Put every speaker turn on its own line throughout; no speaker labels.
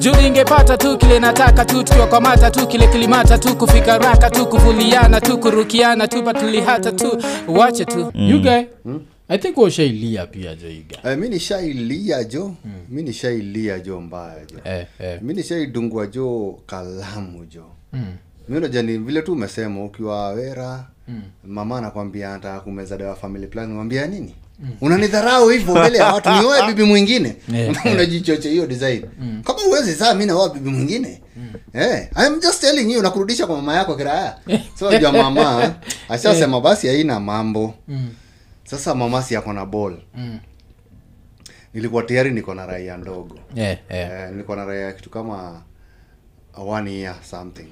juu ingepata tu kile nataka tu tukiwakwamata tu kile kilimata tu kufika raka tu kuvuliana tu kurukiana tu patulihata tu wache tu
mm. you guy mm? i think washailia pia joiga
Eh, mi nishailia jo mi nishailia jo mbaya jo
eh, eh.
mi nishaidungwa jo kalamu jo mi unajua ni vile tu umesema ukiwa wera mama anakwambia anataka kumeza dawa family plan mwambia nini unanidharau hivyo mbele ya watu niwewe bibi mwingine unajichoche hiyo design kama uwezi saa mi naoa bibi mwingine Eh, I'm just telling you nakurudisha kwa mama yako kiraya so unajua mama eh? ashasema basi haina mambo sasa mama si ako na ball nilikuwa tayari niko na raia ndogo
Eh, eh.
Eh, nilikuwa na raya kitu kama one year something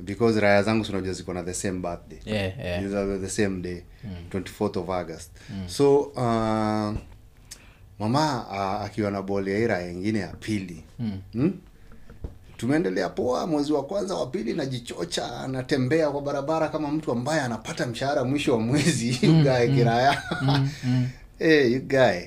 because raya zangu sinajua ziko na the same birthday
Eh, eh.
These are the same day 24th of august so uh, mama uh, akiwa na bol ya ira ingine ya pili mm. tumeendelea poa mwezi wa kwanza wa pili najichocha anatembea kwa barabara kama mtu ambaye anapata mshahara mwisho wa mwezi mm. gae kiraya Eh, you guy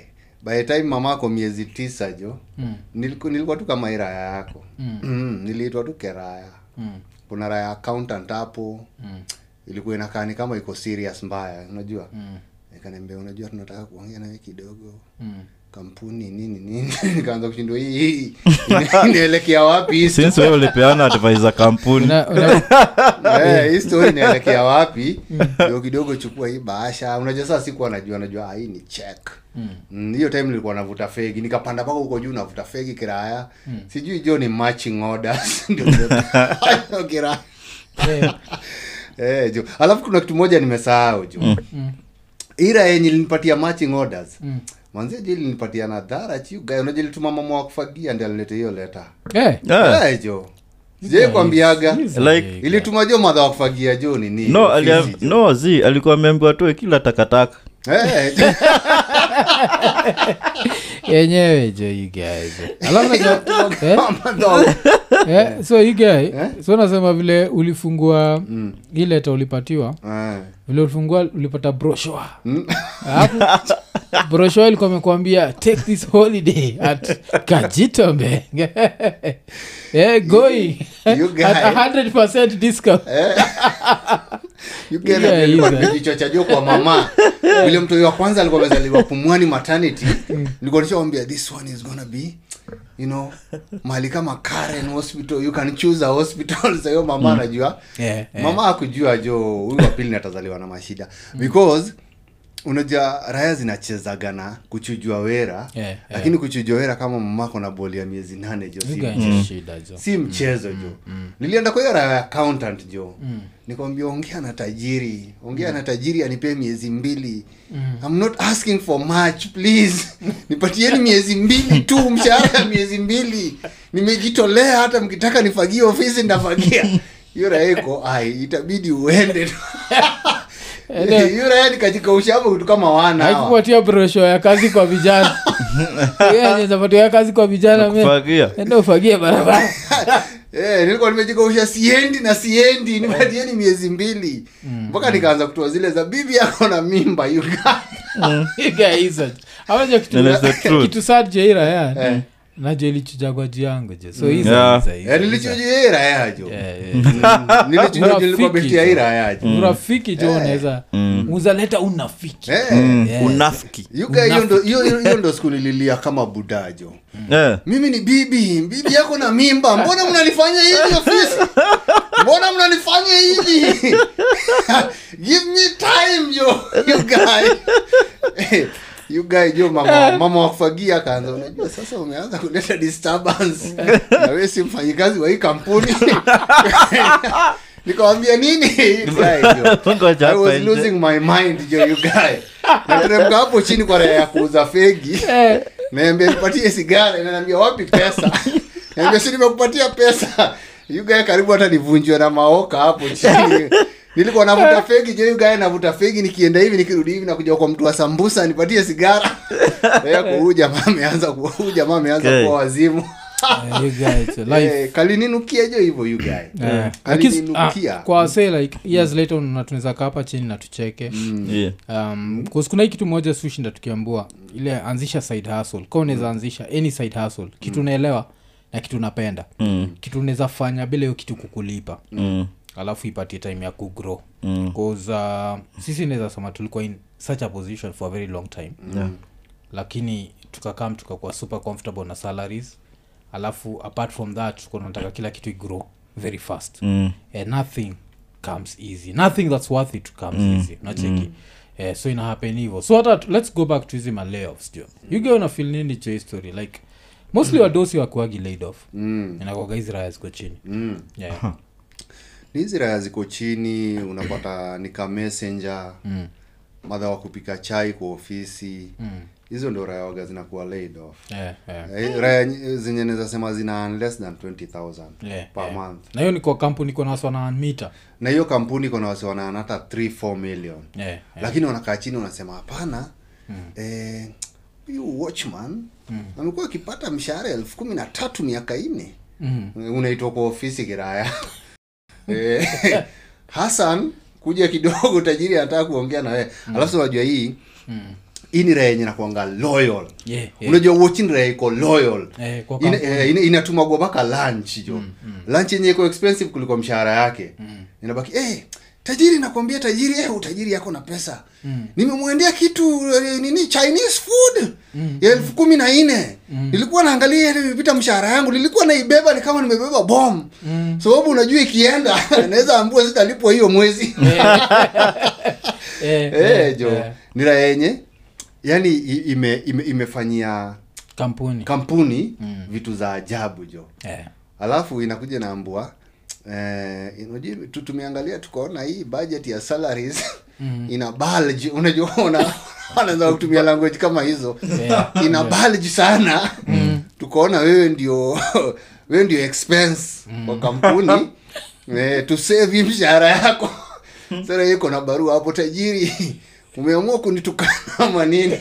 by the time mamako miezi tisa jo mm. nilikuwa, nilikuwa tu kama hii raya yako mm. niliitwa tu keraya mm. kuna raya accountant hapo mm. ilikuwa inakaa ni kama iko serious mbaya unajua mm. ikaniambia unajua tunataka kuongea nawe kidogo mm kampuni nini nini nikaanza kushindwa hii hii ina- inaelekea wapi hii
since wewe ulipeana advice za kampuni
Una- una-
Eh, Mm. hii story inaelekea wapi ndio kidogo chukua hii bahasha unajua saa sikuwa najua najua ah, hii ni check Mm, hiyo time nilikuwa navuta fegi nikapanda mpaka huko juu navuta fegi kiraya sijui jo ni matching orders ndio ndio- kiraya
eh,
eh, jo alafu kuna kitu moja nimesahau jo ira yenye ilinipatia matching orders manzia jo ilinipatia na dhara chiuga unajua ilituma mama wa kufagia ndio alilete hiyo leta
eh.
Yeah.
eh, jo sijai kwambiaga
Like-
ilituma jo madha wa kufagia jo nini
no
Fizi,
alia,
jo.
no zi alikuwa ameambiwa toe kila takataka
Eh,
yenyewe jo you guys. Alafu najua- eh,
kama dog.
eh, so you guy,
Eh?
so nasema vile ulifungua hii leta ulipatiwa
Eh, Hmm.
vile ulifungua ulipata broshua alafu broshua ilikuwa amekwambia take this holiday at kajitombe eh, going
You guy.
at 100 discount
you get
Yeah,
it. Nilikuwa
yeah.
nimejichocha jo kwa mama vile mtoi wa kwanza alikuwa amezaliwa pumwani maternity
Mm.
nilikuwa nishaambia this one is gonna be you know mahali kama karen hospital you can choose a hospital sahiyo mama anajua
Mm. Yeah, yeah. Mm.
mama akujua jo huyu wa pili natazaliwa na mashida because unajua raya zinachezaga na kuchujua wera
Yeah, yeah.
lakini kuchujua wera kama mamako na boli ya miezi nane jo si
You guys,
mchezo.
shida jo
si mchezo jo nilienda kwa hiyo raha ya accountant jo nikwambia ongea na tajiri ongea na tajiri anipee miezi mbili I'm not asking for much please nipatieni miezi mbili tu mshahara ya miezi mbili nimejitolea hata mkitaka nifagie ofisi ndafagia hiyo raha iko ai itabidi uende tu. hiyo raha nikajikaushapo kitu kama wana hawa.
haikupatia brosho ya kazi kwa vijana vijanapatia ya kazi kwa vijana me.
kufagia
enda ufagie barabara
Eh, nilikuwa nimejikausha siendi na siendi nipatieni miezi mbili
Mm,
mpaka nikaanza kutoa zile za bibi yako na mimba you guy."
hizo amajo
That is the truth.
kitu sad jeira ya
Eh.
najo ilichuchagwa juu yangu je so
Yeah.
Eh, nilichujua ira yajo
hizo
nilichujua
Eh. Urafiki
nilikuwa beti ya
tu. Mm.
ira yajo
Mm.
urafiki jo unaweza uzaleta unafiki
Eh,
Mm.
Yeah.
unafiki
you guy, hiyo ndo- hiyo- hiyo- hiyo ndo siku nililia kama budajo
Eh,
mimi ni bibi bibi yako na mimba mbona mnanifanya hivi ofisi mbona mnanifanya hivi give me time yo you guy you guy jo mama mama wakufagia akaanza unajua sasa umeanza kuleta disturbance na wewe si mfanyikazi wa hii kampuni nikawambia nini You guy, jo.
Ngoja
I
hapa
was
nje.
losing my mind jo you guy nateremka hapo chini kwa raha ya kuuza fegi
Eh,
naambia nipatie sigara nanaambia wapi pesa naambia si nimekupatia pesa yugae karibu hata nivunjwe na maoka hapo chini nilikuwa navuta fegi je yugae navuta fegi nikienda hivi nikirudi hivi nakuja kwa mtu wa sambusa nipatie sigara yako huyu jamaa ameanza kuwa huyu jamaa ameanza
Okay.
kuwa wazimu
Ah, you guys, life.
Eh, kalininukia jo hivyo yugae
Eh, lakini, ah,
kalininukia
kwa wase like years later unatunaweza kaa hapa chini na tucheke
yeah.
um, cause kuna hii kitu moja Mm. sushinda tukiambua ile anzisha side hustle ka unaweza anzisha any side hustle kitu unaelewa na kitu napenda mm. kitu unaweza fanya bila hiyo kitu kukulipa mm. alafu ipatie time ya kugrow mm. uh, sisi naweza sema tulikuwa in such a position for a very long time yeah. lakini tukakam tukakuwa super comfortable na salaries alafu apart from that tulikuwa tunataka kila kitu igrow very fast mm. and nothing comes easy nothing that's worth it comes mm. easy nacheki mm. Eh, so inahapen hivo so hata t- let's go back to hizi malayoffs jo yuga unafil nini cho history like mostly wadosi wakuagi laid off mm. inakwaga hizi raya ziko chini mm. yeah.
ni hizi raya ziko chini
Mm.
unapata ni ka messenger mm. madha wa kupika chai kwa ofisi hizo mm. ndio raya waga zinakuwa laid off
yeah, yeah.
Eh, raya ny- zenye naweza sema zina earn less than 20000
Yeah,
per
yeah.
month
na hiyo ni kwa kampuni kona waswanamita
na hiyo kampuni kuna wasi wanaana hata 34 million
yeah, Mm. yeah.
lakini wanakaa chini wanasema hapana eh, huyu watchman
Mm.
amekuwa akipata mshahara elfu kumi na tatu miaka ine
Mm.
unaitwa kwa ofisi kiraya Eh, hasan kuja kidogo tajiri anataka kuongea na wewe alafu unajua hii hii ni raha yenye nakuanga loyal
Yeah, yeah.
unajua watching raha iko loyal
Eh, kwa kampuni.
Ina-
Mm,
eh, ina- inatumagwa mpaka lunch jo lunch yenye iko expensive kuliko mshahara yake inabaki hey, tajiri nakwambia tajiri eh, utajiri yako na pesa
Mm.
nimemwendea kitu eh, nini chinese food
Mm,
ya elfu kumi na nne nilikuwa naangalia ile imepita mshahara yangu nilikuwa naibeba ni kama nimebeba bom
Mm.
sababu unajua ikienda naweza ambua zitalipwa hiyo mwezi
eh,
eh,
eh,
jo
eh,
ni raha yenye yani i- ime, ime, imefanyia
kampuni
kampuni
Mm.
vitu za ajabu jo
Eh,
alafu inakuja na ambua eh, unajua, tu- tumeangalia tukaona hii budget ya salaries
Mm.
ina bulge unajua una wanaanza kutumia language kama hizo
Yeah. Mm.
ina bulge sana tukaona wewe ndio wewe ndio expense
Mm.
kwa kampuni eh, tusevi mshahara yako sasa iko na barua hapo tajiri umeamua kunitukana ama nini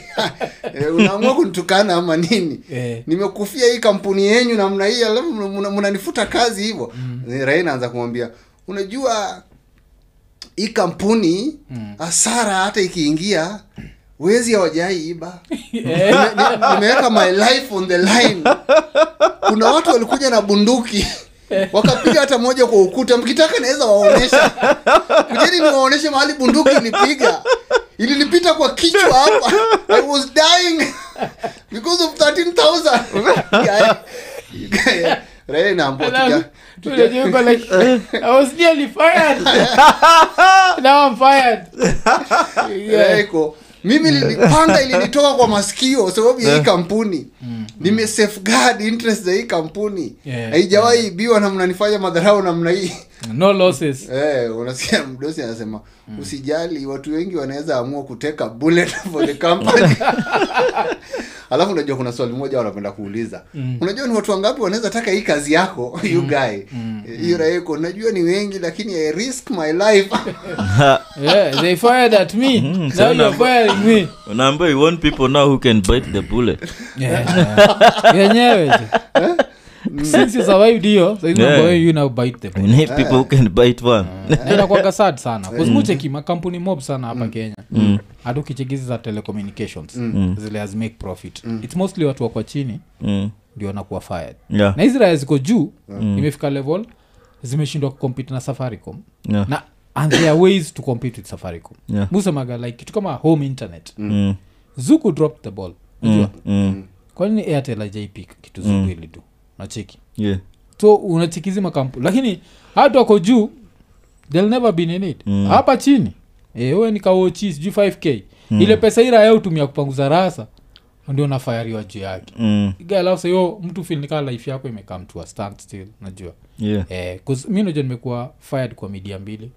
eh, unaamua kunitukana ama nini
Eh.
nimekufia hii kampuni yenyu namna hii alafu mna- mnanifuta kazi hivyo mm. rai naanza kumwambia unajua hii kampuni hasara hata ikiingia wezi hawajaiiba
Eh.
Nime- ni- nimeweka my life on the line kuna watu walikuja na bunduki wakapiga hata moja kwa ukuta mkitaka naweza waonesha kujeni niwaoneshe mahali bunduki ilipiga ilinipita kwa kichwa hapa i was dying because of 13000 Yeah. Yeah. Raila inaambua, tuja- tuja-
Tunajua yuko like, I was nearly fired. Now I'm fired.
Yeah, iko mimi nilipanga ilinitoka kwa masikio sababu ya hii kampuni nime safeguard interest za hii kampuni
Yeah,
haijawahi ibiwa na mnanifanya madharau namna hii
No losses.
eh, unasikia mdosi anasema usijali watu wengi wanaweza amua kuteka bullet for the company alafu unajua kuna swali moja wanapenda kuuliza unajua ni watu wangapi wanaweza taka hii kazi yako you guy hiyo raha iko najua ni wengi lakini i risk my life
Yeah, they fired at me. Now
sana.
you're firing me.
unaambia you want people now who can bite the bullet
Yeah. Yenyewe. tu. Since you survived hiyo, so you know
Yeah. Mm.
boy, you now bite the
you
bullet.
need people who can bite one
Na inakuwaga sad sana. Kwa sababu cheki makampuni mob sana hapa Kenya. Hata ukichekizi za telecommunications zile as make profit. It's mostly watu wako chini
Mm.
ndio wanakuwa fired.
yeah
na hizi raya ziko juu
Mm.
imefika level zimeshindwa kucompete na safaricom
Yeah.
na and there are ways to compete with safaricom
Yeah.
musemaga like kitu kama home internet
Mm.
zuku drop the ball najua
Mm.
kwanini airtel ajaipik kitu zuku mm. ilidu nacheki
yeah
so unachikizi makampu lakini hatu wako juu they'll never be in it
Mm.
hapa chini eh, wewe ni kaochi sijui 5k
Mm.
ile pesa hii raya utumia kupanguza rasa ndio nafayariwa juu yake
Mm.
galausahiyo mtu feel ni kama life yako imekam to a stand still najua
yeah
eh, 'cause mi najua nimekuwa fired kwa media mbili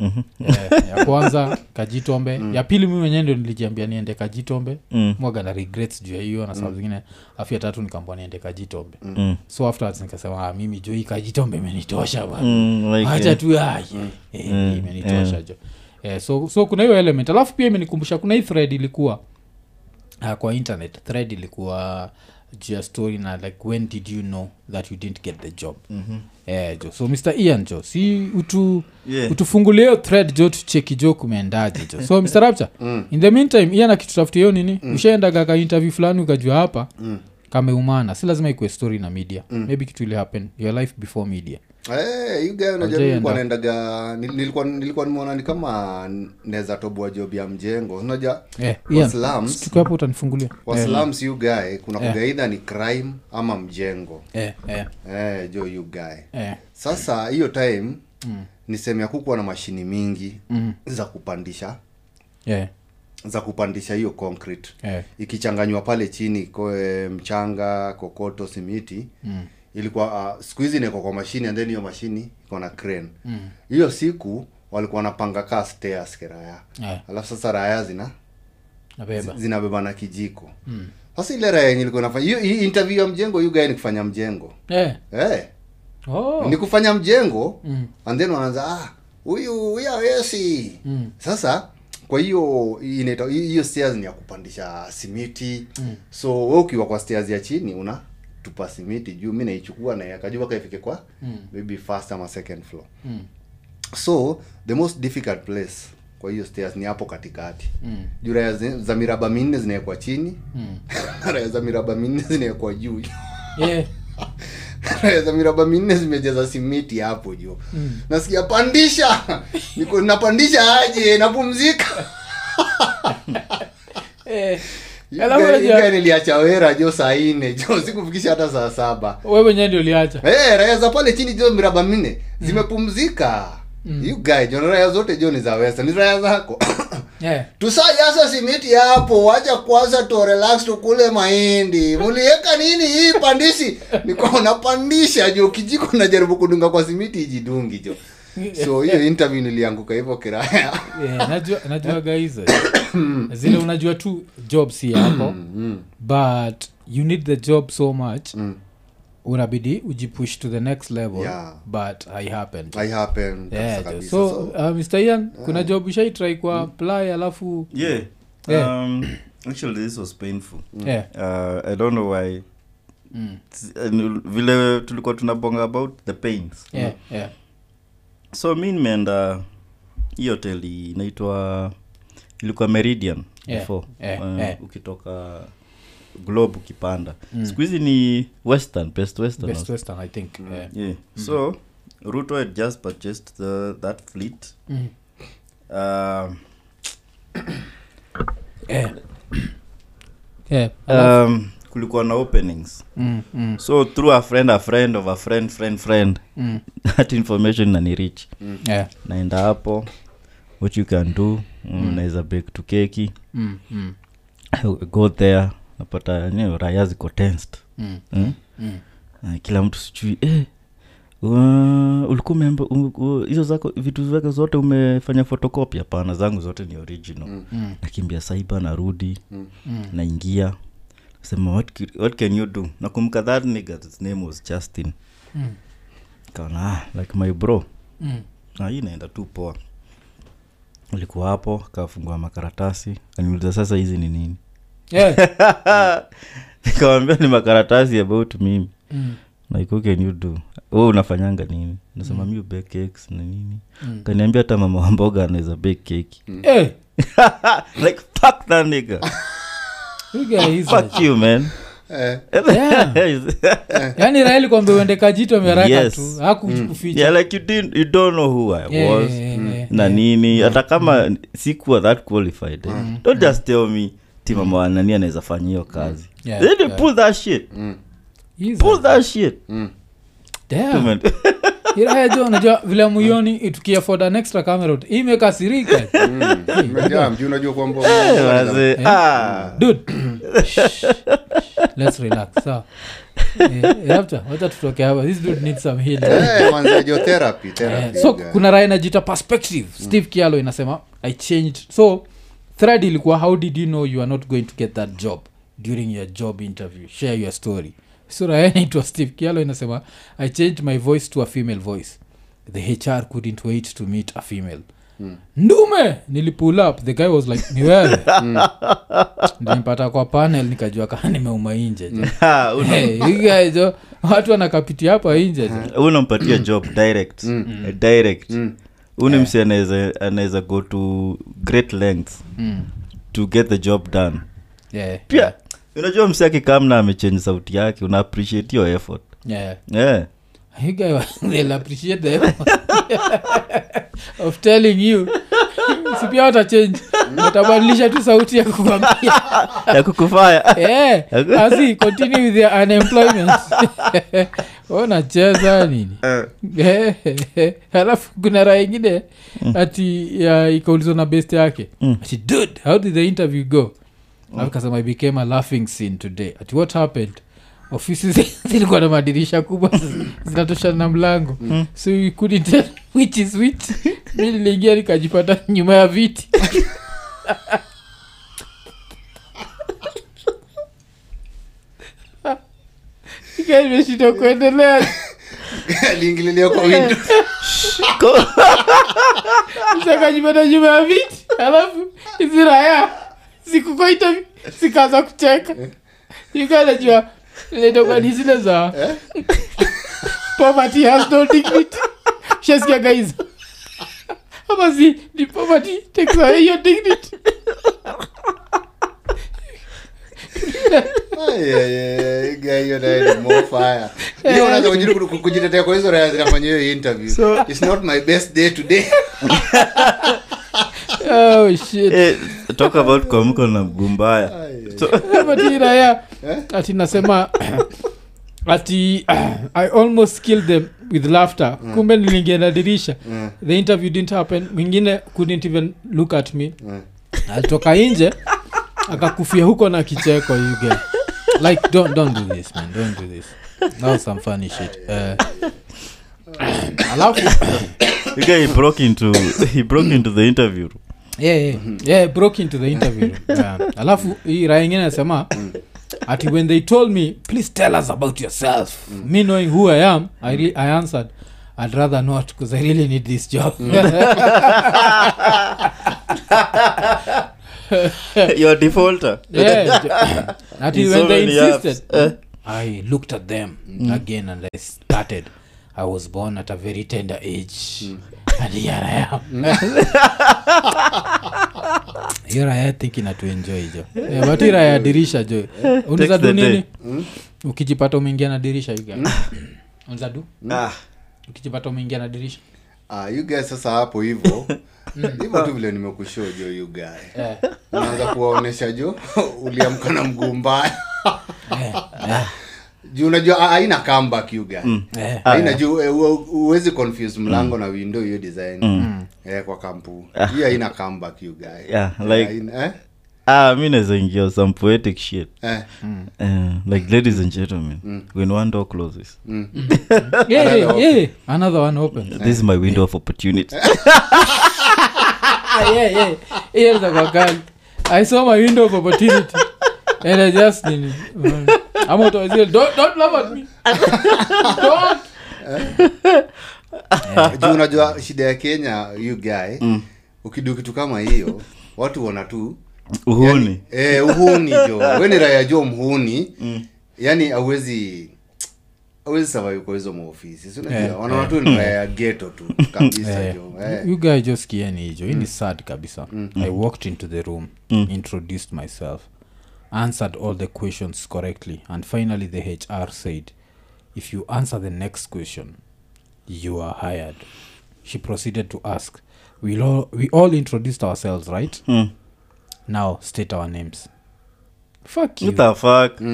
eh, ya kwanza kajitombe ya pili mi mwenyewe ndio nilijiambia niende kajitombe
Mm.
mwaga na regrets juu ya hiyo na sababu zingine afu ya tatu nikaambua niende kajitombe
Mm.
so afterwards nikasema ah, mimi jo hii kajitombe imenitosha bana
Mm, like,
hacha
eh,
tu ah, yeah, eh, imenitosha jo eh, so, so kuna hiyo element alafu pia imenikumbusha kuna hii thread ilikuwa uh, kwa internet thread ilikuwa juu ya story na like when did you know that you didn't get the job mm-hmm. eh, jo so mr ian jo si utu
Yeah.
utufungulie hiyo thread jo tucheki jo kumeendaje jo so mr rapture mm. in the meantime ian akitutafutia hiyo nini mm. ushaendaga ka interview fulani ukajua hapa mm kameumana si lazima ikuwe story na media mm. maybe kitu ile happen your life before media
Eh, you guy unajua
Aljaenda.
nilikuwa naendaga nil- nilikuwa nilikuwa nimeona ni kama naweza toboa job ya mjengo unaja
eh, Ian,
waslams
tukiwa hapo utanifungulia Eh,
waslams you guy kuna yeah. kugaidha ni crime ama mjengo
eh, eh,
eh, jo you guy
eh.
sasa hiyo time mm. niseme hakukuwa na mashini mingi mm. za kupandisha
Yeah,
za kupandisha hiyo concrete
eh.
ikichanganywa pale chini koe, mchanga kokoto simiti mm. ilikuwa uh, siku hizi niko kwa mashini and then hiyo mashini iko na crane hiyo mm. siku walikuwa wanapanga kaa stairs keraya
Eh.
alafu sasa raya zina
nabeba Mm.
zi- zinabeba na kijiko sasa ile raya yenye ilikuwa inafanya hiyo hii interview ya mjengo hiyo guy ni kufanya mjengo
eh.
eh
oh.
ni kufanya mjengo mm. and then wanaanza "Ah, huyu huyu awesi mm. sasa kwa hiyo inaitwa- hi- hiyo stairs ni ya kupandisha simiti mm. so we ukiwa kwa stairs ya chini una tupa simiti juu mi naichukua naiweka juu mpaka ifike kwa mm. maybe first ama second floor mm. so the most difficult place kwa hiyo stairs ni hapo katikati mm. juu raya zi- za miraba minne zinawekwa chini mm. raya za miraba minne zinawekwa juu
yeah.
za miraba minne zimejaza simiti hapo juu
Hmm.
nasikia pandisha niko napandisha aje napumzika
eh. Alafu unajua-
Iga niliacha wera jo saa nne jo sikufikisha hata saa saba
wewe mwenyewe ndio uliacha
hey, raya za pale chini jo miraba minne
Hmm.
zimepumzika you guy jo na raya zote jo ni za wesa ni raya zako
Eh.
tusajasa simiti hapo wacha kwanza tu relax tukule mahindi muliweka nini hii pandisi nikuwa unapandisha jo kijiko najaribu kudunga kwa simiti ijidungi jo so hiyo interview nilianguka hivyo kiraya
Eh, najua najua guys eh, zile unajua tu job si yako
Mm.
but you need the job so much
Mm.
unabidi ujipush to the next level
Yeah.
but i happened
i happen kabisa
yeah, jo.
kabisa
so,
so eh. Mm.
uh, mr ian kuna job ushaitrai kwa ply alafu
Yeah.
Yeah.
Um, actually, this was painful.
yeah.
Uh, I don't know why.
Mm.
S- and Vile tulikuwa tunabonga about the pains.
Yeah, yeah.
So mi nimeenda hii hoteli inaitwa ilikuwa Meridian
Yeah,
before.
yeah,
Uh,
yeah. Mm.
Ukitoka Globe ukipanda. Siku hizi ni Western, Best Western.
best
or
western Mm. i think yeah.
Yeah. So Ruto had just purchased the, that fleet. Um,
Yeah. Yeah, alafu-
um, kulikuwa na openings.
mm, mm,
So through a friend, a friend of a friend, friend, friend,
mm.
that information nanirich.
Yeah.
Naenda hapo, what you can do, unaweza bake tu keki.
Mm, mm,
I go there, napata you know, raya ziko tensed.
mm,
Mm?
mm.
Na Kila mtu sijui eh, wa- ulikuwa umeamba u- u- hizo zako vitu zako zote umefanya photocopy? Hapana, zangu zote ni original. Nakimbia saiba, narudi, naingia sema what, ki- what can you do? Nakumbuka that nigga, his name was Justin.
Mm.
Kaona ah, like my bro
Mm.
na hii inaenda tu poa ulikuwa hapo akafungua makaratasi kaniuliza sasa hizi ni nini
Yeah.
nikamwambia ni makaratasi about mimi
Mm,
like what can you do we unafanyanga nini nasema mi ubake cakes na nini
Mm.
kaniambia hata mama wa mboga anaweza bake keki
Eh,
like fuck that nigga
you guys,
fuck you man
eh,
yaani raheli kwambe uende kajito meraka
Yes.
tu hakukuficha
yeah like you, didn't, you don't know who i was
yeah,
na
eh,
nini hata kama sikuwa that qualified eh,
Mm.
don't just tell me timamawanani anaweza fanya hiyo kazi
Mm. Yeah,
Then you
yeah. Mm.
pull that shit
He's
pull
a-
that shit
Damn.
Man,
Ila jo unajua vile muioni tukia for the next camera ut- hii imekasirika Mm.
umejam juu unajua kwamba
wazee, ah.
dude Shh. let's relax sawa Eh, Raptor, wacha tutoke hapa this dude needs some healing
Eh, manze jo therapy
Eh,
therapy
so
you guy.
kuna raha inajita perspective steve kialo inasema i changed so thread ilikuwa how did you know you are not going to get that job during your job interview share your story so raha inaitwa steve kialo inasema i changed my voice to a female voice the hr couldn't wait to meet a female ndume nilipull up the guy was like ni wewe nilipata kwa panel nikajua kaa nimeuma inje jo.
Ah, una-
Hey, you guys, jo, watu wanakapitia hapa inje jo. Mm.
unampatia job direct Eh, direct uni msi anaweza anaweza go to great lengths
Mm.
to get the job done
Yeah.
pia unajua msi akikamna amechange sauti yake una appreciate your effort Eh,
yeah.
yeah.
You guys, they'll appreciate the effort of telling you sipia watachange watabadilisha tu sauti ya kukwambia
ya kukufaya
Eh, asi continue with your unemployment unacheza nini Eh, alafu kuna raha ingine ati ya ikaulizwa na best yake ati dude how did the interview go Alafu kasema i became a laughing scene today ati what happened ofisi zi- zilikuwa na madirisha kubwa zi- zinatoshana na mlango so we couldn't tell which is which mi niliingia nikajipata nyuma ya viti Ika nimeshindwa kuendelea
aliingililia kwa window
Ko-
zakajipata nyuma ya viti alafu hizi raya zikukoita zikaanza kucheka ikanajua letoka ni zile za poverty has no dignity shasikiaga hizo ama si ni poverty takes away your dignity
Ay, ay, ay, ay, guy, hiyo nayo ni more fire. Hiyo unaweza kujiru- ku- kujitetea kwa hizo raya zinafanya hiyo interview It's not my best day today
oh shit
Eh, talk about kuamka na mguu mbaya
Ay,
so,
matiraya
Eh?
ati nasema ati i almost killed them with laughter kumbe niliingia na dirisha
Mm.
the interview didn't happen mwingine couldn't even look at me
Mm.
alitoka nje akakufia huko na kicheko you get like don't, don't do this man don't do this that was some funny shit uh, alafu
you guy broke into he broke into the interview
yeah, yeah. yeah, broke into the interview yeah. alafu hii raya ingine anasema ati when they told me please tell us about yourself me knowing who i am i, re- I answered i'd rather not because i really need this job
your defaulter
yeah. jo- ati
In
when
so
they
many apps.
insisted
Eh.
i looked at them again and i started i was born at a very tender age and here i am here i am thinking to enjoy jo Eh, but here i am dirisha jo unaweza
the
do nini
day.
ukijipata umeingia na dirisha you guys. unaweza do
Ah,
ukijipata umeingia na dirisha
ah, you guys sasa hapo hivo Hmm. hivo tu vile nimekushow jo you guy
Eh,
unaanza kuwaonesha jo uliamka na mguu mbaya
eh, eh,
juu unajua ah, haina comeback you guy
Hmm.
eh.
Ah,
haina juu eh, hu- huwezi confuse mlango na window hiyo design
Hmm.
eh, kwa kampu hiyo haina comeback you guy
Ah. Yeah, like-
Haina- eh?
ah mi naweza ingia some poetic shit
Eh,
Eh, like ladies and gentlemen when one door closes
Yeah,
Another
yeah,
open.
yeah. another one opens
this is my window of opportunity
Ah, yeah, yeah. Hiyo ni za kwa kali. i saw my window of opportunity and i just nini mm. I'm out of zeal. don't, don't laugh at me don't Eh,
juu unajua shida ya kenya you guy
Mm.
ukidu kitu kama hiyo watu wana tu
uhuni
eh, uhuni jo we ni raya jo mhuni
Mm.
yani awezi awezi survive kwa hizo maofisi si unajua
Eh,
wanaona tu ni raya ya geto tu kabisa
Eh,
jo eh.
you guys just kieni hicho hii ni sad kabisa i walked into the room introduced myself answered all the questions correctly and finally the hr said if you answer the next question you are hired she proceeded to ask we all, we all introduced ourselves right
Mm.
now state our names fuck you
What the fuck?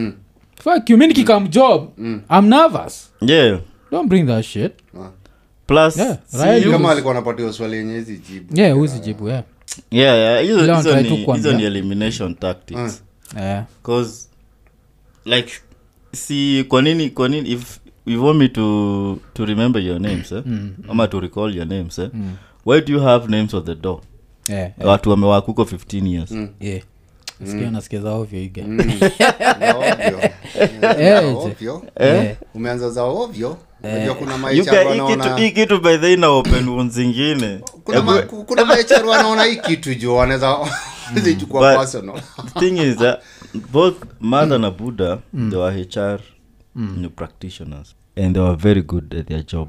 fuck you mini kikam job i'm nervous
yeah
don't bring that shit
plus
Yeah,
si-
right.
kama alikuwa anapatia swali yenye hizi jibu
yeah usijibu yeah
yeah, yeah, hizo-
Ila
hizo
wanataka tu
ni- hizo
kuambia.
ni elimination tactics
yeah
cause like si kwa nini kwa nini if you want me to to remember your names eh? ama to recall your names eh? why do you have names on the door
yeah
watu wamewakuko 15 years
yeah sikia nasikiza ovyo iga
za ovyo.
Eh,
Za
je.
ovyo
Eh.
umeanza za ovyo unajua kuna
You
maHR
can- hii kitu- hii
wanaona
kitu by the way ina open wounds zingine
kuna
Eh,
ma- ku- kuna mahr wanaona hii kitu jo wanaweza
Mm.
zichukua
But-
personal
the thing is that both mother na buddha they were hr you know, practitioners and they were very good at their job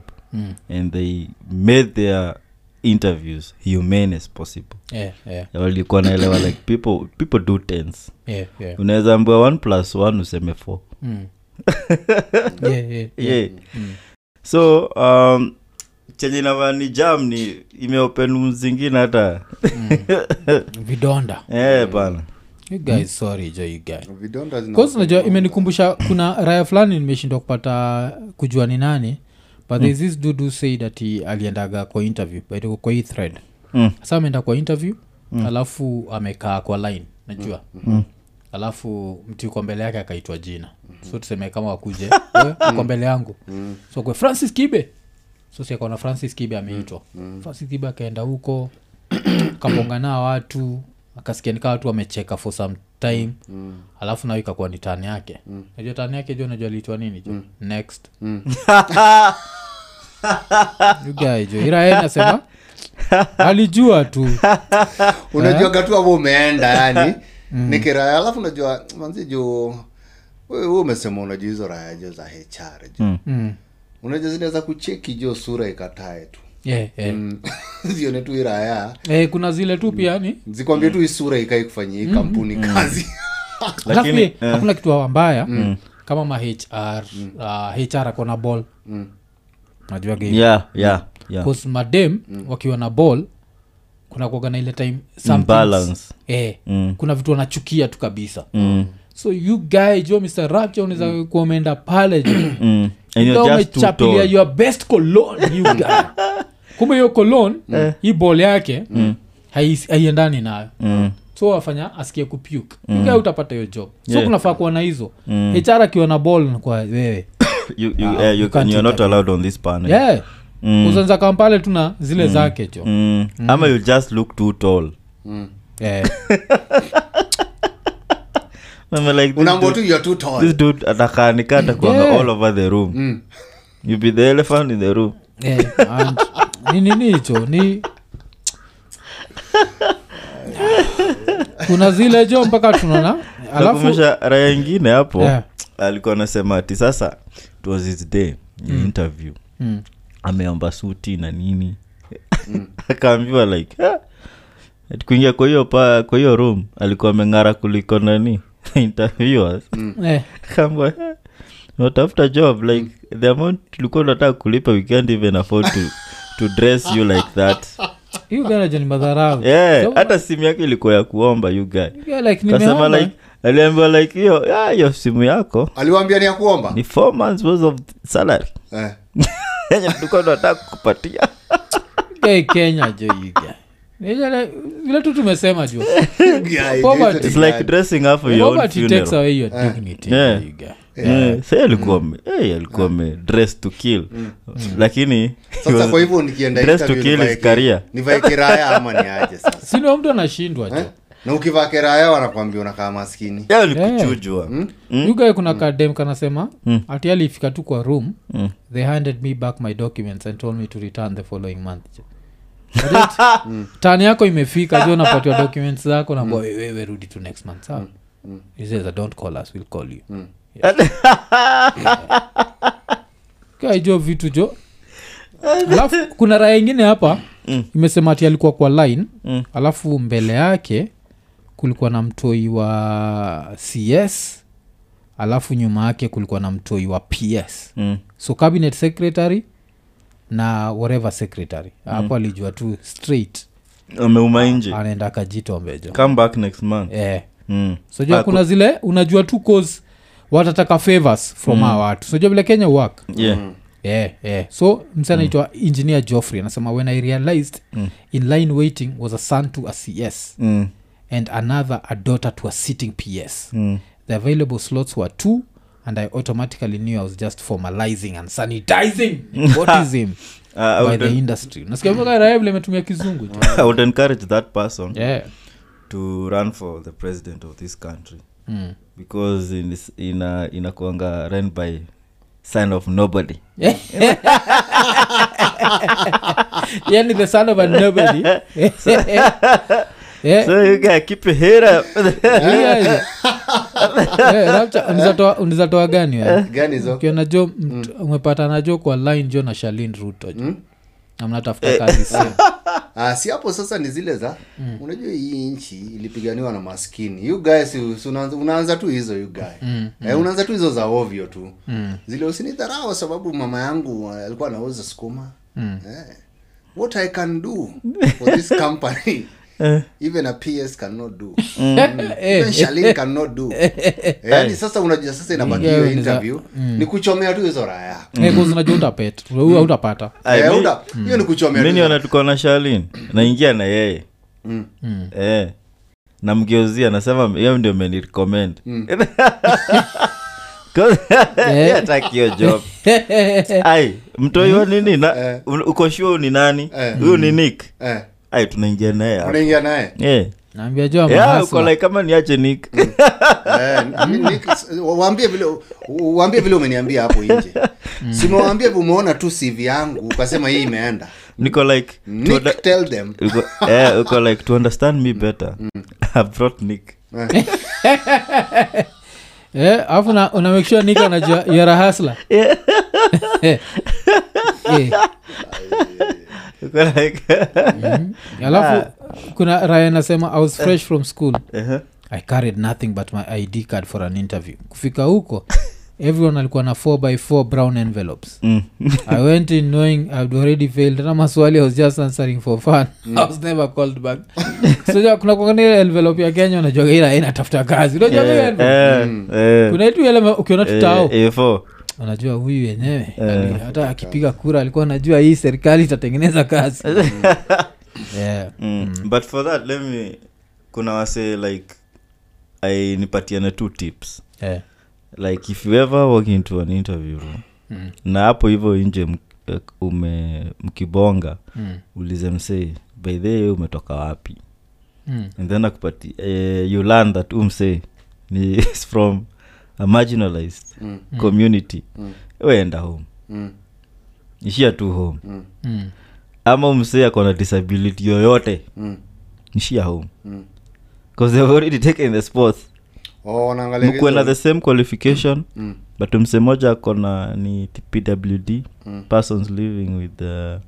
and they made their interviews humane as possible
yeah, yeah,
walikuwa naelewa like people people do tens
yeah, yeah.
unaweza ambia one plus one useme four
Mm. yeah, yeah. Mm.
yeah. so um, chenye navani jam ni imeopen zingine hata
Mm. vidonda
eh bana
you guys sorry jo you guys
vidonda zina-
Cause unajua imenikumbusha kuna raya fulani nimeshindwa kupata kujua ni nani but mm. this dudu said ati aliendaga kwa interview but kwa hii thread
Mm.
sa ameenda kwa interview mm. alafu amekaa kwa line najua mm. alafu mtu uko mbele yake akaitwa jina so tuseme kama wakuje "Wewe, uko mbele yangu so kwe francis kibe so siakaona francis kibe ameitwa francis kibe akaenda huko kaponga na watu akasikia nikaa watu wamecheka for some time mm. alafu nayo ikakuwa ni tani yake mm. najua tani yake jo najua liitwa nini jo mm. next mm. jo ila yeye anasema alijua tu
Eh?
unajua gatu hapo umeenda yani
Mm.
nikiraya alafu unajua manzi juu wewe wewe umesema unajua hizo raya jo za hr jo
mm.
unajua zinaweza kucheki jo sura ikatae tu
yeah, yeah.
Mm. zione tu iraya
Eh, kuna zile tu pia ni
zikwambie tu isura ikai kufanyia
Mm.
hii kampuni kazi
alafu
Lakini, eh. Mm.
pia, hakuna kitu ambaya kama ma hr uh, hr akona ball najua game
yeah yeah Mm. yeah Mm.
Cause madem wakiwa na ball kuna kuaga na ile time some
Imbalance. Mm.
things- eh, kuna vitu wanachukia tu kabisa so you guy jo mr rapture unaweza kuwa umeenda pale jo
mm. and
Though
you're just too
umechapilia
tall
your best cologne you guy kumbe hiyo cologne
Mm.
hii ball yake hai- haiendani nayo
Mm.
so wafanya asikie kupuk mm. utapata hiyo job so
Yeah.
kunafaa kuwa na hizo mm. hr akiwa na ball ni kwa wewe
you, you, eh, you,
Ah, you can't
you're
do
not allowed on this panel
yeah. uzaanza kampale tu na zile zake jo
Mm. ama you just look too tall
Eh.
I'm like, this
unaambua
dude-
tu you're too tall
this dude atakaanikata kuanga
Yeah.
all over the room you be the elephant in the room
Eh, and- ni nini hicho ni kuna zile jo mpaka tunaona alafu
nakumisha raya ingine hapo
Yeah.
alikuwa anasema ati sasa it was his day mm. interview mm. ameomba suti na nini akaambiwa like "Ah, ati kuingia kwa hiyo pa kwa hiyo room alikuwa ameng'ara kuliko nani interviewers
eh,
Akaambiwa, "Ah, unatafuta job like the amount tulikuwa unataka kulipa we can't even afford to, to dress you like that
hiyo garaja ni madharau
yeah,
So,
hata simu yake ilikuwa ya kuomba you guy
yeah, like
kasema
nimeomba.
like aliambiwa like hiyo ah, hiyo simu yako
aliwaambia ni ya kuomba
ni four months worth of salary
eh.
yenye tulikuwa tunataka kukupatia
Eh, kenya jo you guy. Ni ile- vile tu tumesema jo
Yeah,
Poverty.
it is
its
a
like
bad-
dressing up for your own
Poverty takes
funeral
away your dignity,
Yeah.
you guy.
Yeah, sa alikuwa
Mm.
ame- eh, alikuwa ame dress to kill Mm. lakini he
sasa
was-
kwa hivyo nikienda
dress to
interview
kill
nivae
his
ki-
career.
nivae kiraya ama ni aje sasa
Si ndio mtu anashindwa jo
eh? na ukivaa kiraya wanakwambia unakaa maskini
yeye ni kuchujwa
Mm.
yugae kuna kadem kanasema ati alifika tu kwa room they handed me back my documents and told me to return the following month tani yako imefika jo napatiwa documents zako nambua wewe rudi to next month sawa he says don't call us we'll call you
Yaani-
Guy, jo vitu jo alafu kuna raya ingine hapa imesema ati alikuwa kwa line
Mm.
alafu mbele yake kulikuwa na mtoi wa cs alafu nyuma yake kulikuwa na mtoi wa ps
Mm.
so cabinet secretary na whatever secretary hapo alijua tu straight
ameuma nje
anaenda akajitombejo
come back next month
eh.
Mm.
sojua
Ah,
kuna zile unajua tu cause watataka favors from mm. watu sojua vile kenya work
yeah.
Mm.
yeah, yeah. so mse anaitwa engineer joffrey anasema when i realized in line waiting was a son to a cs
Mm.
and another a daughter to a sitting ps
Mm.
the available slots were two and i automatically knew i was just formalizing and sanitizing nepotism
Ah, I
by the
would-
industry nasikiaaraevile imetumia kizungu jo.
I would encourage that person
yeah.
to run for the president of this country mm. because in this- ina inakuanga run by sign of nobody
yani Yaani the son of a nobody Yeah.
so you guys keep your head up
Yeah. Yeah, rapture, unizatoa- unizatoa gani wewe?
gani hizo
Ukiwa na jo
Mm. Eh. Mm.
umepata na jo kwa line jo na shalin ruto jo amnatafuta kazi same.
Ah, si hapo sasa ni zile za mm. unajua hii nchi ilipiganiwa na maskini you guys si- si unaanza, unaanza tu hizo you guy mm, Eh, unaanza tu hizo za ovyo tu mm. zile usinidharau sababu mama yangu ah, alikuwa anauza sukuma mm. eh. what i can do for this company even a ps cannot do Mm. even shalin cannot do yani sasa unajua sasa inabaki hiyo
Yeah, ni za-
interview ni kuchomea tu hizo raha yako
zinajua utapet
Mm.
utapata
Ai,
Eh,
mi-
uta- hiyo ni kuchomea tu
mini
hizo-
wanatuka na shalin naingia na yeye eh namgeuzia nasema yo ndio amenirecommend. Cause- yeye hataki hiyo job ai mtoi wa nini na- un- uko sure ni nani huyu ni nick
eh,
ai tunaingia naye hapo.
unaingia naye
Eh.
naambia jua
Yeah, uko
mahasla.
like kama niache nick
Eh, mi- ni- waambie vile waambie vile umeniambia hapo nje
Mm.
simewaambia umeona tu cv yangu ukasema hii imeenda
niko like to
Nick, tell them
uko, eh, uko like to understand me better i brought nick
Eh,
Eh, alafu na- una make sure nika anajua yara hasla Eh.
uko like
alafu
Ah.
kuna raya nasema i was fresh from school
Eh,
i carried nothing but my id card for an interview kufika huko everyone alikuwa na 4 by 4 brown envelopes
mm.
i went in knowing i'd already failed na maswali i was just answering for fun i was never called back so ja- kuna kuangana ile envelope ya kenya unajua ile haina tafuta kazi unajua ile
Eh,
envelope?
eh, eh,
kuna itu ele ukiona
eh,
tutao
A4.
unajua huyu wenyewe ali- hata akipiga kura alikuwa anajua hii serikali itatengeneza kazi yeah.
Mm. but for that let me kuna wase like i nipatiane two tips
yeah.
like if you ever walk into an interview room
Mm.
na hapo hivyo nje m- eh, ume mkibonga
Mm.
ulize msee by the way umetoka wapi
Mm.
and then akupati eh, you learn that umse ni is from a marginalized
Mm.
community
Mm.
weenda home
mm,
ishia tu home
mm,
Mm.
ama umse akona disability yoyote
mm,
ishia home
mm.
because they've already taken the sports
Oh, wanaangalia
mkuwe na the
hizo-
same qualification
Mm,
but mse moja akona ni pwd
mm,
persons living with uh,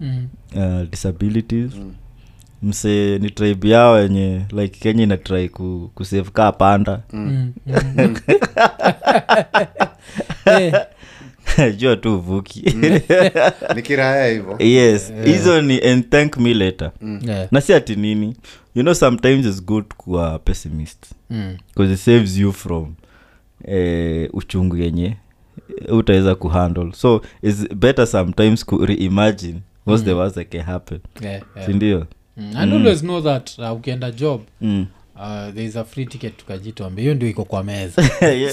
Mm.
uh, disabilities
mm,
mse ni tribe yao yenye like kenya inatrai ku, kusave kaa panda
Mm. Mm. Eh,
jua tu uvuki
Mm. ni kiraya hivyo
yes hizo ni and thank me later
Mm.
mm, yeah.
na si ati nini you know sometimes it's good kuwa pessimist
Mm.
because it saves you from eh, uchungu yenye utaweza kuhandle so its better sometimes ku reimagine what's the worst that can happen
Yeah, Mm. yeah.
sindio
Mm. And always know that uh, ukienda job
mm.
uh, there is a free ticket tukajitombe hiyo ndio iko kwa meza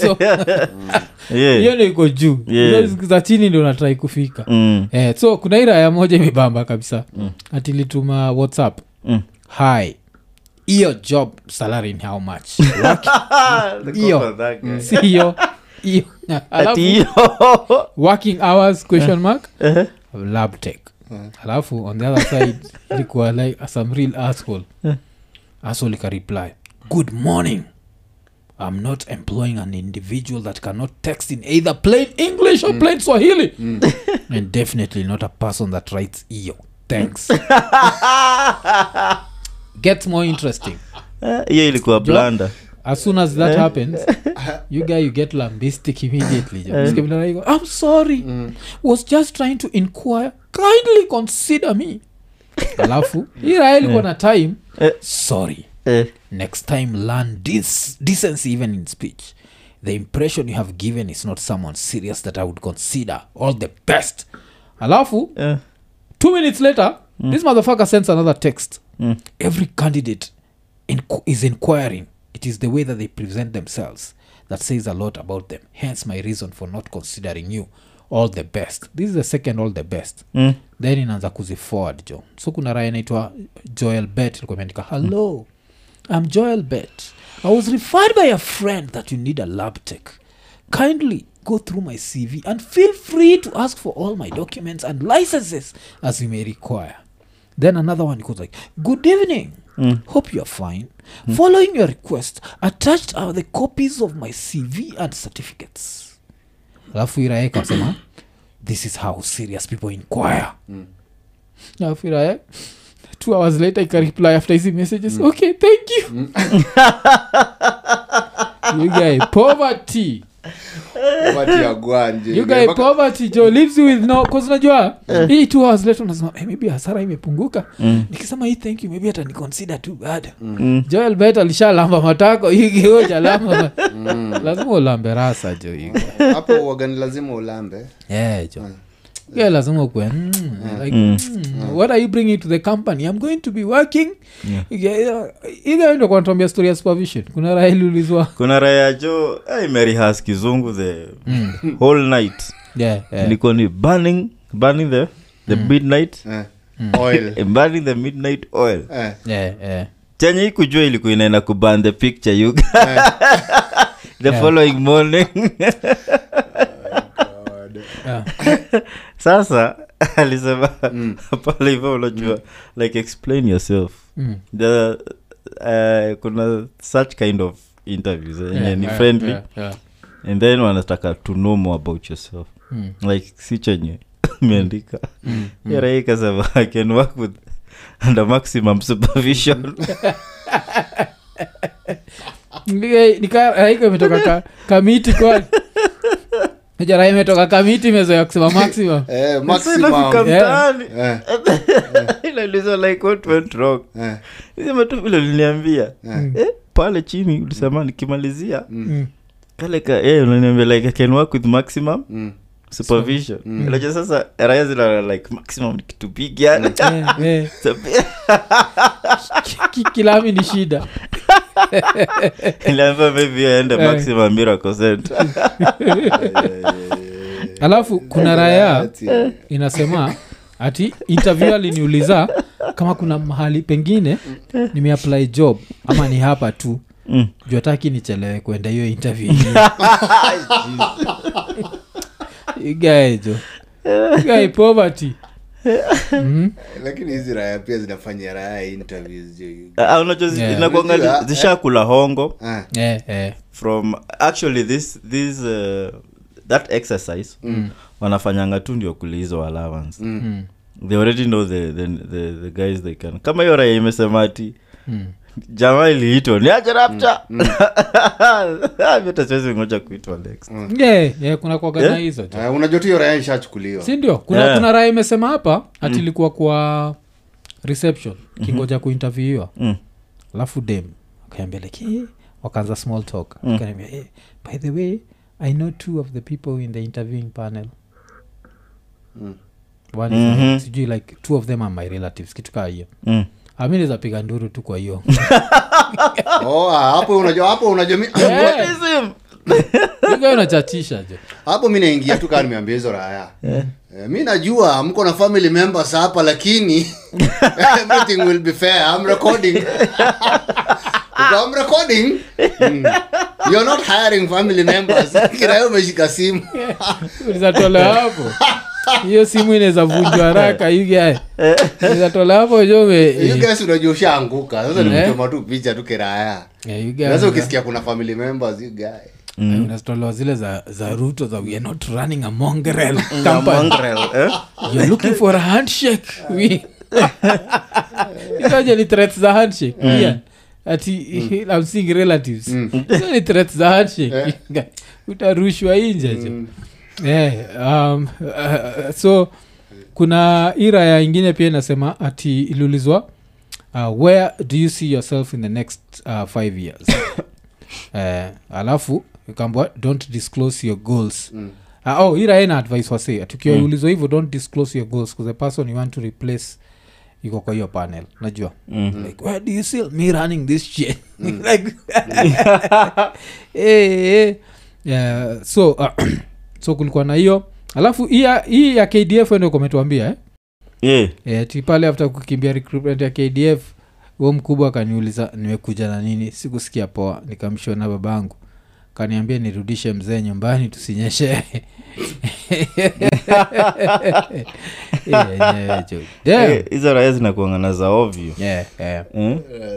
so
yeah.
hiyo ndio iko juu
Yeah.
Hizo za chini ndio unatrai kufika
mm.
eh, so kuna hii raya moja imebamba kabisa mm. atilituma whatsapp
Mm.
hi hiyo job salary ni how much
Go for
hiyo
that guy.
siyo hiyo
Ati
alafu
hiyo.
working hours question mark lab tech alafu on the other side ilikuwa like some real asshole asshole ka reply good morning i'm not employing an individual that cannot text in either plain english or plain swahili and definitely not a person that writes eo thanks gets more interesting
Eh, hiyo ilikuwa blanda
as soon as
Eh?
that happens you guy you get lambistic immediately
Eh?
Msikibila, i'm sorry
Mm.
was just trying to inquire kindly consider me alafu iraelikuwa na time
Eh.
sorry
Eh,
next time learn this decency even in speech the impression you have given is not someone serious that i would consider all the best alafu
eh,
two minutes later this motherfucker sends another text every candidate inqu- is inquiring it is the way that they present themselves that says a lot about them hence my reason for not considering you all the best this is the second all the best
mm,
then inaanza kuziforward jo so kuna raya inaitwa joel bet ilikuwa imeandika hello i'm joel bet i was referred by a friend that you need a lab tech kindly go through my cv and feel free to ask for all my documents and licenses as you may require then another one goes like good evening hope you are fine following your request attached are the copies of my cv and certificates alafu irae kasema this is how serious people inquire alafu irae two hours later ikareply after hizi messages okay thank you you guy poverty
Watu ya gwanje.
you guy
Mpaka-
poverty jo leaves you with no cause unajua hii two hours later unasema hey, maybe hasara imepunguka nikisema hii thank you maybe hata niconsider tu bado joel bet alishalamba matako ikiochalamba lazima ulambe rasa jo hiyo.
hapo wagani lazima ulambe
yeah, jo yeah, lazima ukue mm, like, mm. what are you bringing to the company i'm going to be working igaidokanatuambia story ya supervision kuna raheli ulizwa
kuna raya jo imerihas kizungu the
Mm.
whole night
yeah, yeah.
ilikuwa ni burning burning the, the
Mm.
midnight eh,
eh.
Mm.
oil
burning the midnight oil
eh.
Yeah, yeah.
chenye hii kujua ilikuwa inaenda kuban the picture you the following morning sasa alisema pale hivyo unajua like explain yourself
mm.
the, uh, kuna such kind of interviews yenye
Yeah,
ni
yeah,
friendly
yeah, yeah.
and then wanataka to know more about yourself
Mm.
like si chenye meandika yarai kasema i can work with under maximum supervision
Nika- nika- raika imetoka ka- kamiti kwani jara imetoka kamiti imezoea kusema maximum
Eh,
Sasa
maximum.
inafika
Yeah.
mtaani
Eh,
inaulizwa like what went wrong
eh,
sema tu vile uliniambia
eh.
eh, pale chini ulisema nikimalizia
Mm.
kale ka eh, unaniambia like I can work with maximum
Mm.
supervision unajua sasa raya zina like maximum ni kitu big yani
Eh, eh.
Sasa,
Ki- kilami ni shida
niliambiwa maybe aende
Eh.
maximum miracle center
Eh,
alafu kuna raya
Ati, eh,
inasema ati interview aliniuliza kama kuna mahali pengine nimeapply job ama ni hapa tu
Mm.
juu hataki nichelewe kuenda hiyo interview igaejo gai poverty Mhm.
lakini hizi raya pia zinafanya raya interviews juu.
Ah, unajua zi-
Yeah.
inakuanga
Unajua,
zi- zishakula hongo
Ah,
Eh, eh.
from actually this this uh, that exercise wanafanyanga tu ndio kulihizo allowance
Mm.
they already know the, the, the, the guys they can kama hiyo raya imesema ati
Mm.
jamaa iliitwa niache rapta Ah, hata siwezi ngoja kuitwa next
Yeah, yeah, kuna kuagana
Yeah?
hizo tu.
eh, unajua tu hiyo raya ishachukuliwa
si ndio kuna,
Yeah. Mm.
kuna raha imesema hapa ati ilikuwa kwa reception
Mm-hmm.
kingoja kuinterviewiwa
Mm.
alafu dem akaambia like hey, wakaanza small talk
Mm.
akaniambia hey, by the way i know two of the people in the interviewing panel
Mm.
One is my-
Mm-hmm.
Mhm.
sijui like two of them are my relatives kitu kaa hiyo
Mm.
amineza piga nduru tu kwa hiyo
Oh, ah, hapo unajua hapo unajua mi
Eh,
Ism.
hiyo unachachisha jo
hapo mi naingia tu kaa nimeambia hizo raya Eh, mi najua mko na family members hapa lakini everything will be fair I'm recording Because I'm recording Mm. you're not hiring family members kirayo umeshika simu
ulizatola hapo hiyo simu inaweza vunjwa haraka higae ulizatola hapo
you
jove
guys unajua ushaanguka sasa ni
Eh.
kuchoma tu picha tu kiraya sasa ukisikia kuna family members you guy
unazitolewa Eh, zile za, za ruto za we are not running a mongrel
Mm.
Na
company
mongrel, eh?
you are looking for a handshake we ikaja ni threats za handshake yeah. ati i'm seeing relatives Hizo ni threats za handshake utarushwa inje jo Eh, um, uh, so kuna ira ya ingine pia inasema ati iliulizwa uh, where do you see yourself in the next uh, five years eh, alafu ikambwa don't disclose your goals mm. uh, oh ira ena advice wase tukiwaulizwa mm. hivyo don't disclose your goals 'cause the person you want to replace iko kwa hiyo panel najua mm. like where do you see me running this shit like eh, eh. Eh, so uh, so kulikuwa na hiyo alafu hii ya- hii ya kdf ndio kometuambia eh?
Yeah.
Eh, ti pale after kukimbia recruitment ya kdf huo mkubwa akaniuliza nimekuja na nini sikusikia poa nikamshua na babangu kaniambia nirudishe mzee nyumbani tusinyeshe
Eh, hizo raya zinakuangana za ovyo Eh?
Eh,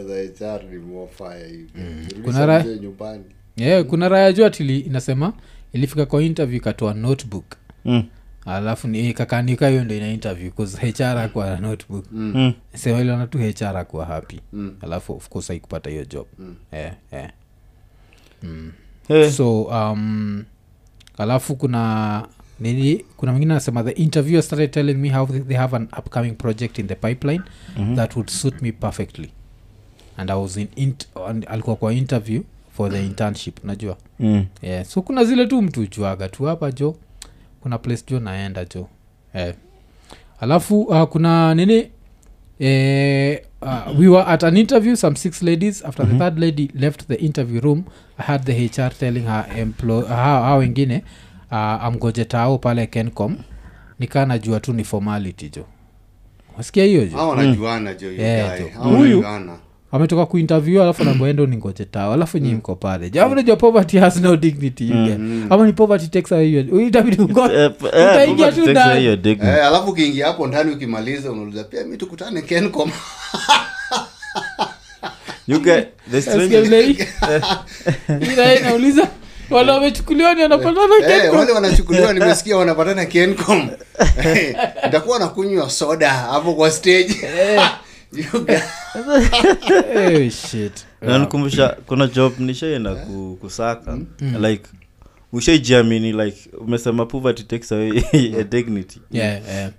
za HR ni more fire you guys.
Mm. Kuna
Rudisha
ra-
mzee nyumbani
Eh, kuna raya juu atili inasema ilifika kwa interview ikatoa notebook
Mm.
alafu ni kakanika hiyo ndo ina interview cause hr akuwa na notebook mm. semailiona tu hr akuwa happy mm. alafu of course haikupata hiyo job mm. yeah, yeah.
Eh.
so um, alafu kuna nini kuna mwingine anasema the interviewer started telling me how they have an upcoming project in the pipeline mm-hmm. that would suit me perfectly and i was in int- and alikuwa kwa interview for the internship unajua
Mm.
yeah. Eh, so kuna zile tu mtu juaga tu hapa jo kuna place jo naenda jo yeah. alafu uh, kuna nini Eh, uh, we were at an interview some six ladies after mm-hmm. the third lady left the interview room i had the hr telling her emplo- ha- hao wengine uh, amgoje tao pale kencom nikaa najua tu ni formality jo wasikia hiyo jo
au wanajuana jo
Yeah,
yeah,
jo.
wanajuana
ametoka kuinterview alafu namboendo ningoje tao alafu
Mm.
nyii mko pale Jo, unajua poverty has no dignity you get. ama ni poverty takes away your- itabidi ungo-
Mm-hmm. Eh, p- eh,
Oh, utaingia
Robert
tu
takes away
ndani
your dignity.
eh, alafu ukiingia hapo ndani ukimaliza unauliza pia mi tukutane kencom
You get- the
Nasikia
strange-
vile hii- hii naye inauliza wala wamechukuliwa ni wanapatana
Eh,
Kencom.
wale wanachukuliwa nimesikia wanapatana kencom Eh, nitakuwa nakunywa soda hapo kwa stage You guys.
Eh, shit.
nanikumbusha kuna job nishaenda ku, kusaka
Mm.
like ushaijiamini like umesema poverty takes away a dignity
Yeah, yeah.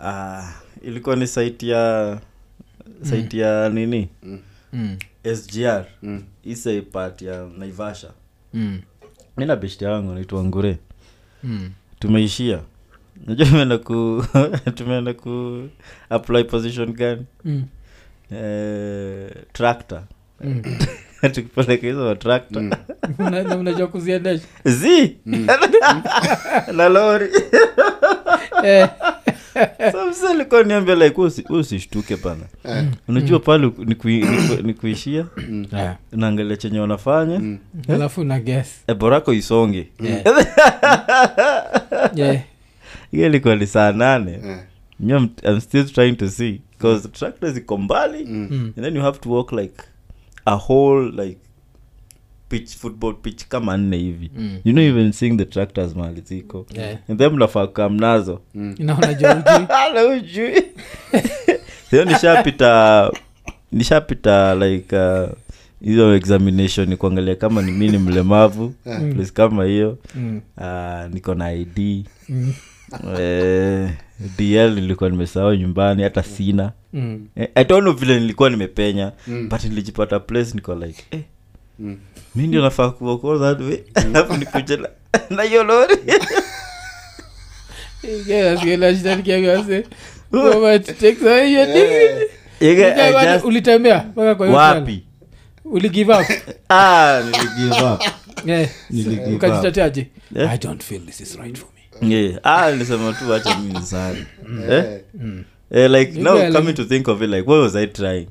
Ah, ilikuwa ni site ya site ya nini
Mm,
sgr isa part ya naivasha
mm,
mi na beshte yangu naitwa ngure
mm.
tumeishia najua tumeenda ku tumeenda ku apply position gani
Mm.
eh, tractor tukipeleka hizo matrakta
Una- na unajua kuziendesha
z na lori
Eh,
samsalikuwa niambia like usi- usishtuke pana unajua pale uku- ni kui- ni ku- ni kuishia
yeah.
unaangalia chenye
Mm.
wanafanya
alafu na guess.
Eh, borako isonge
Yeah. Mm. Yeah.
hiyo ilikuwa ni saa
Mm.
nane
Eh,
mi I'm, i'm still trying to see because tractor ziko mbali
Mm.
and then you have to walk like a whole like pitch football pitch kama nne hivi
Mm.
you know even seeing the tractors mahali ziko
Yeah.
and then mnafaa kukaa mnazo
Na unajua hujui.
Ala, hujui. hiyo nishapita nishapita like uh, hizo examination ni kuangalia kama ni mini mlemavu place kama hiyo
Mm,
uh, niko na id
mm,
eh, dl nilikuwa nimesahau nyumbani hata sina
mm.
Eh, i don't know vile nilikuwa nimepenya but nilijipata place niko like eh,
Mm.
mi ndio nafaa kuokoza alafu nikuje na- na hiyo lori
Yeah, that's good. Let's just give you a say. Robert takes away your dignity.
Yeke, I
Ujua
just-
ulitembea mpaka kwa hiyo channel?
wapi
Uli give up?
ah niligive up
Yeah.
Niligive
Ukajiteteaje?
Yeah.
I don't feel this is right for me.
yeah ah nilisema tu wacha mi nisali eh?
eh,
eh, like now
Yeah, like-
coming to think of it like what was i trying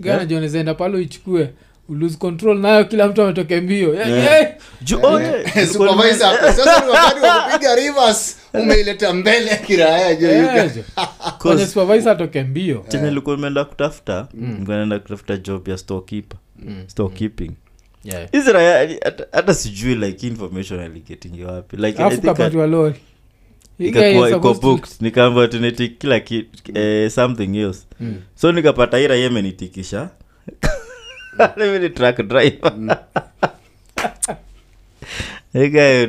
Gana jioni zaenda pale uichukue ulose control nayo kila mtu ametoke mbio Yeah,
Yeah.
yeah.
Ju- oh, yeah,
eh,
ilikuwa ni-
supervisor hapo. Sasa ni wakati wa kupiga reverse umeileta mbele ya kiraya jo you
Yeah,
guys.
jo.
cause
Kwenye supervisor atoke mbio
chenye ilikuwa imeenda kutafuta
Mm.
nilikuwa naenda kutafuta job ya storekeeper storekeeping
Mm.
israel hata- hata sijui like information aligetingi wapi like I
alafu
think I-
kapatiwa lori Hii guy is
ikakuwa iko
supposed to- Mm.
booked nikaamba tuneti kila ki, eh, something else so nikapata ira ye
Mm.
menitikisha Mimi ni truck driver you guys I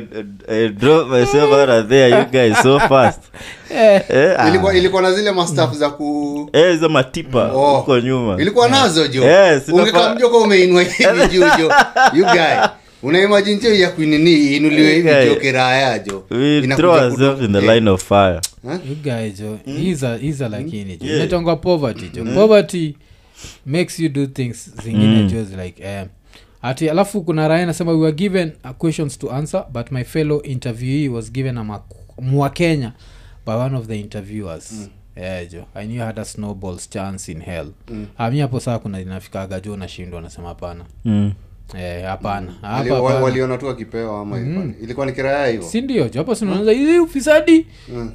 eh, drove myself out of there you guys so fast
Eh,
eh, ah.
ilikuwa ilikuwa na zile mastaf za ku
eh hizo matipa
Mm.
Oh.
huko nyuma
ilikuwa nazo jo
Yes, inafaa-
ungekamjoko umeinua hivi juu jo you guy unaimagine jo ya kuinini inuliwe hivi
Yeah.
jo kiraya jo
we
Inakuja
throw
kuto-
ourselves in the
Eh,
line of fire
you guys, jo
Hmm?
hiza hiza lakini jo
Yeah.
inaitwangwa poverty jo poverty makes you do things zingine
Hmm.
Mm.
jo is like eh, ati alafu kuna raya nasema we were given uh, questions to answer but my fellow interviewee was given a mak- mwakenya by one of the interviewers
Hmm.
Eh, jo i knew I had a snowball's chance in hell
Hmm.
mm. ami hapo saa kuna inafikaga jo nashindwa nasema hapana
mm.
Eh, hapana Hapa
wali- wa-
hapana.
waliona tu akipewa ama ilikuwa ni- ilikuwa ni kiraya hivyo
Mm-hmm. si ndio japo sinaanza hizi uh, ufisadi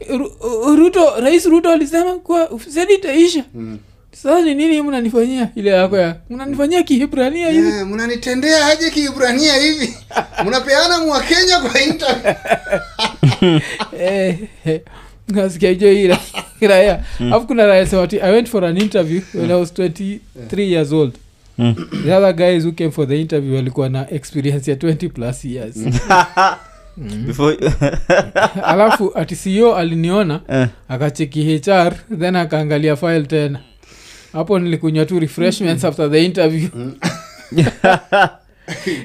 Ru- Ruto rais Ruto alisema kuwa ufisadi itaisha sasa ni nini mnanifanyia ile yako ya mnanifanyia kihibrania hivi
Eh, mnanitendea aje kiibrania hivi mnapeana mwa kenya kwa internet
Eh, eh, nasikia hiyo hii ra- raya alafu kuna raya sema ati, i went for an interview when i was 23 years old
Mm.
the other guys who came for the interview walikuwa na experience ya 20 plus years
Mm.
Before-
alafu ati ceo aliniona
Eh.
akacheki hr then akaangalia file tena hapo nilikunywa tu refreshments
Mm.
after the interview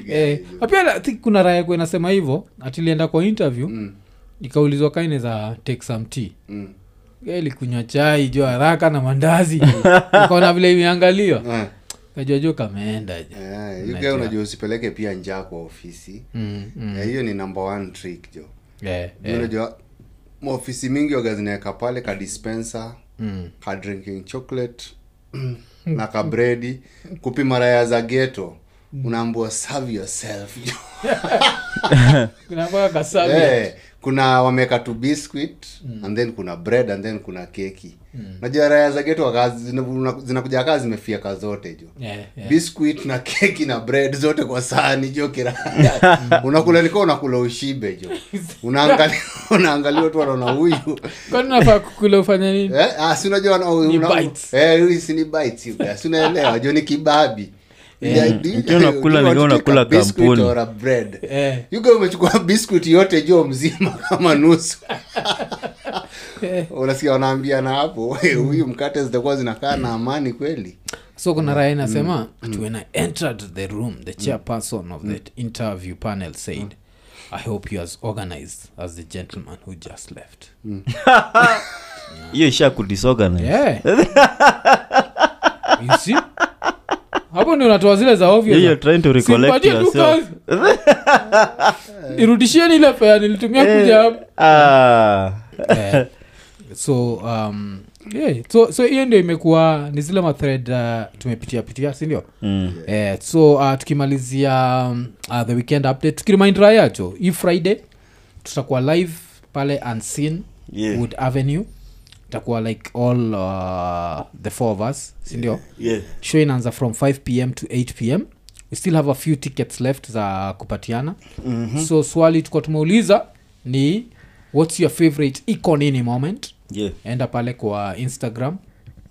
eh, na pia I think kuna raya kuwa inasema hivyo atilienda kwa interview
Mm,
ikaulizwa kaine za take some tea
mm,
Yeye alikunywa chai jo haraka na mandazi ukaona vile imeangaliwa
eh,
kajua jo kameenda jo
eh, you guy
Unajua.
unajua usipeleke pia njaa kwa ofisi
Mm, mm.
Eh, hiyo ni number one trick jo
Eh,
yeah.
eh,
unajua maofisi mingi wagazinaweka pale ka dispenser
mm.
ka drinking chocolate na kabredi kupima raya za geto
Mm.
unaambua serve yourself
Kuna mpaka kasabia.
Eh, kuna wameka tu biscuit
Mm.
and then kuna bread and then kuna keki najua raya za geto waka- zina- zinakuja kaa zimefiaka zote jo
Eh, eh.
biscuit na keki na bread zote kwa sahani jo kiraya unakula liko unakula ushibe jo unaangalia unaangalia tu wanaona huyu
kwani nafaa kukula ufanya nini
Eh, ah, si unajua wana-
Ni
una-
bites. Eh.
eh, huyu si ni bites, you guys. unaelewa jo ni kibabi Yeah, do you-
Ukiwa unakula,
do you
ni
want to
unakula
take a biscuit
kampuni.
or a bread?
Eh,
You guy umechukua biskuti yote jo mzima kama nusu
eh.
unasikia wanaambiana hapo "Hey, huyu mkate zitakuwa zinakaa na amani kweli
so kuna
Mm.
raya inasema ati when i entered the room the chairperson of the
Mm.
interview panel said i hope you as organized as the gentleman who just left
hiyo isha kudisorganize
yeah. You see? hapo ndio unatoa zile za ovyo
Yeah,
za-
you're trying to recollect
Simpatie tu
yourself.
kazi. nirudishieni ile fea nilitumia
Eh.
kuja hapa
Ah.
Eh, so um, yeah, so so hiyo ndio imekuwa ni zile mathred uh, tumepitia pitia sindio
Mm.
eh, so uh, tukimalizia um, uh, the weekend update tukirimind raya tu hii friday tutakuwa live pale unseen
Yeah.
wood avenue itakuwa like all uh, the four of us sindio
Yeah.
show inaanza from 5 pm to 8 pm we still have a few tickets left za kupatiana mm-hmm. so swali tuko tumeuliza ni whats your favorite icon in a moment
Yeah.
enda pale kwa instagram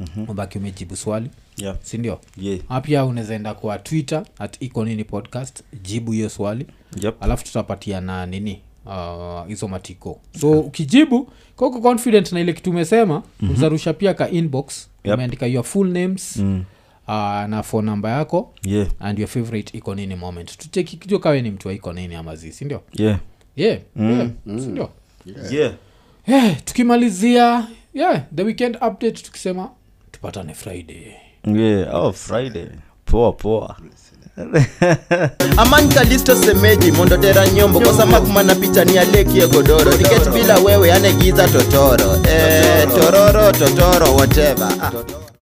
mm-hmm. ubaki umejibu swali
Yeah.
sindio
Yeah.
Ah, pia unaweza enda kwa twitter at ikonini podcast jibu hiyo swali
Yep.
alafu tutapatia na nini ah, hizo uh, matiko so ukijibu koko confident na ile kitu umesema mm-hmm. uzarusha pia ka inbox
Yep.
umeandika your full names mm. uh, na phone number yako
Yeah.
and your favorite iko nini moment tucheki kijo kawe ni mtu wa iko nini ama zi sindio
Yeah.
yeah. yeah. sindio
Yeah.
yeah. tukimalizia yeah, the weekend update tukisema tupatane friday
Yeah. Oh, Friday. Poa poa.
amani kalisto semeji mondotera nyombo kosa makumana picha ni alekie godoro nikech bila wewe anegiza totoro eh, tororo totoro whatever ah.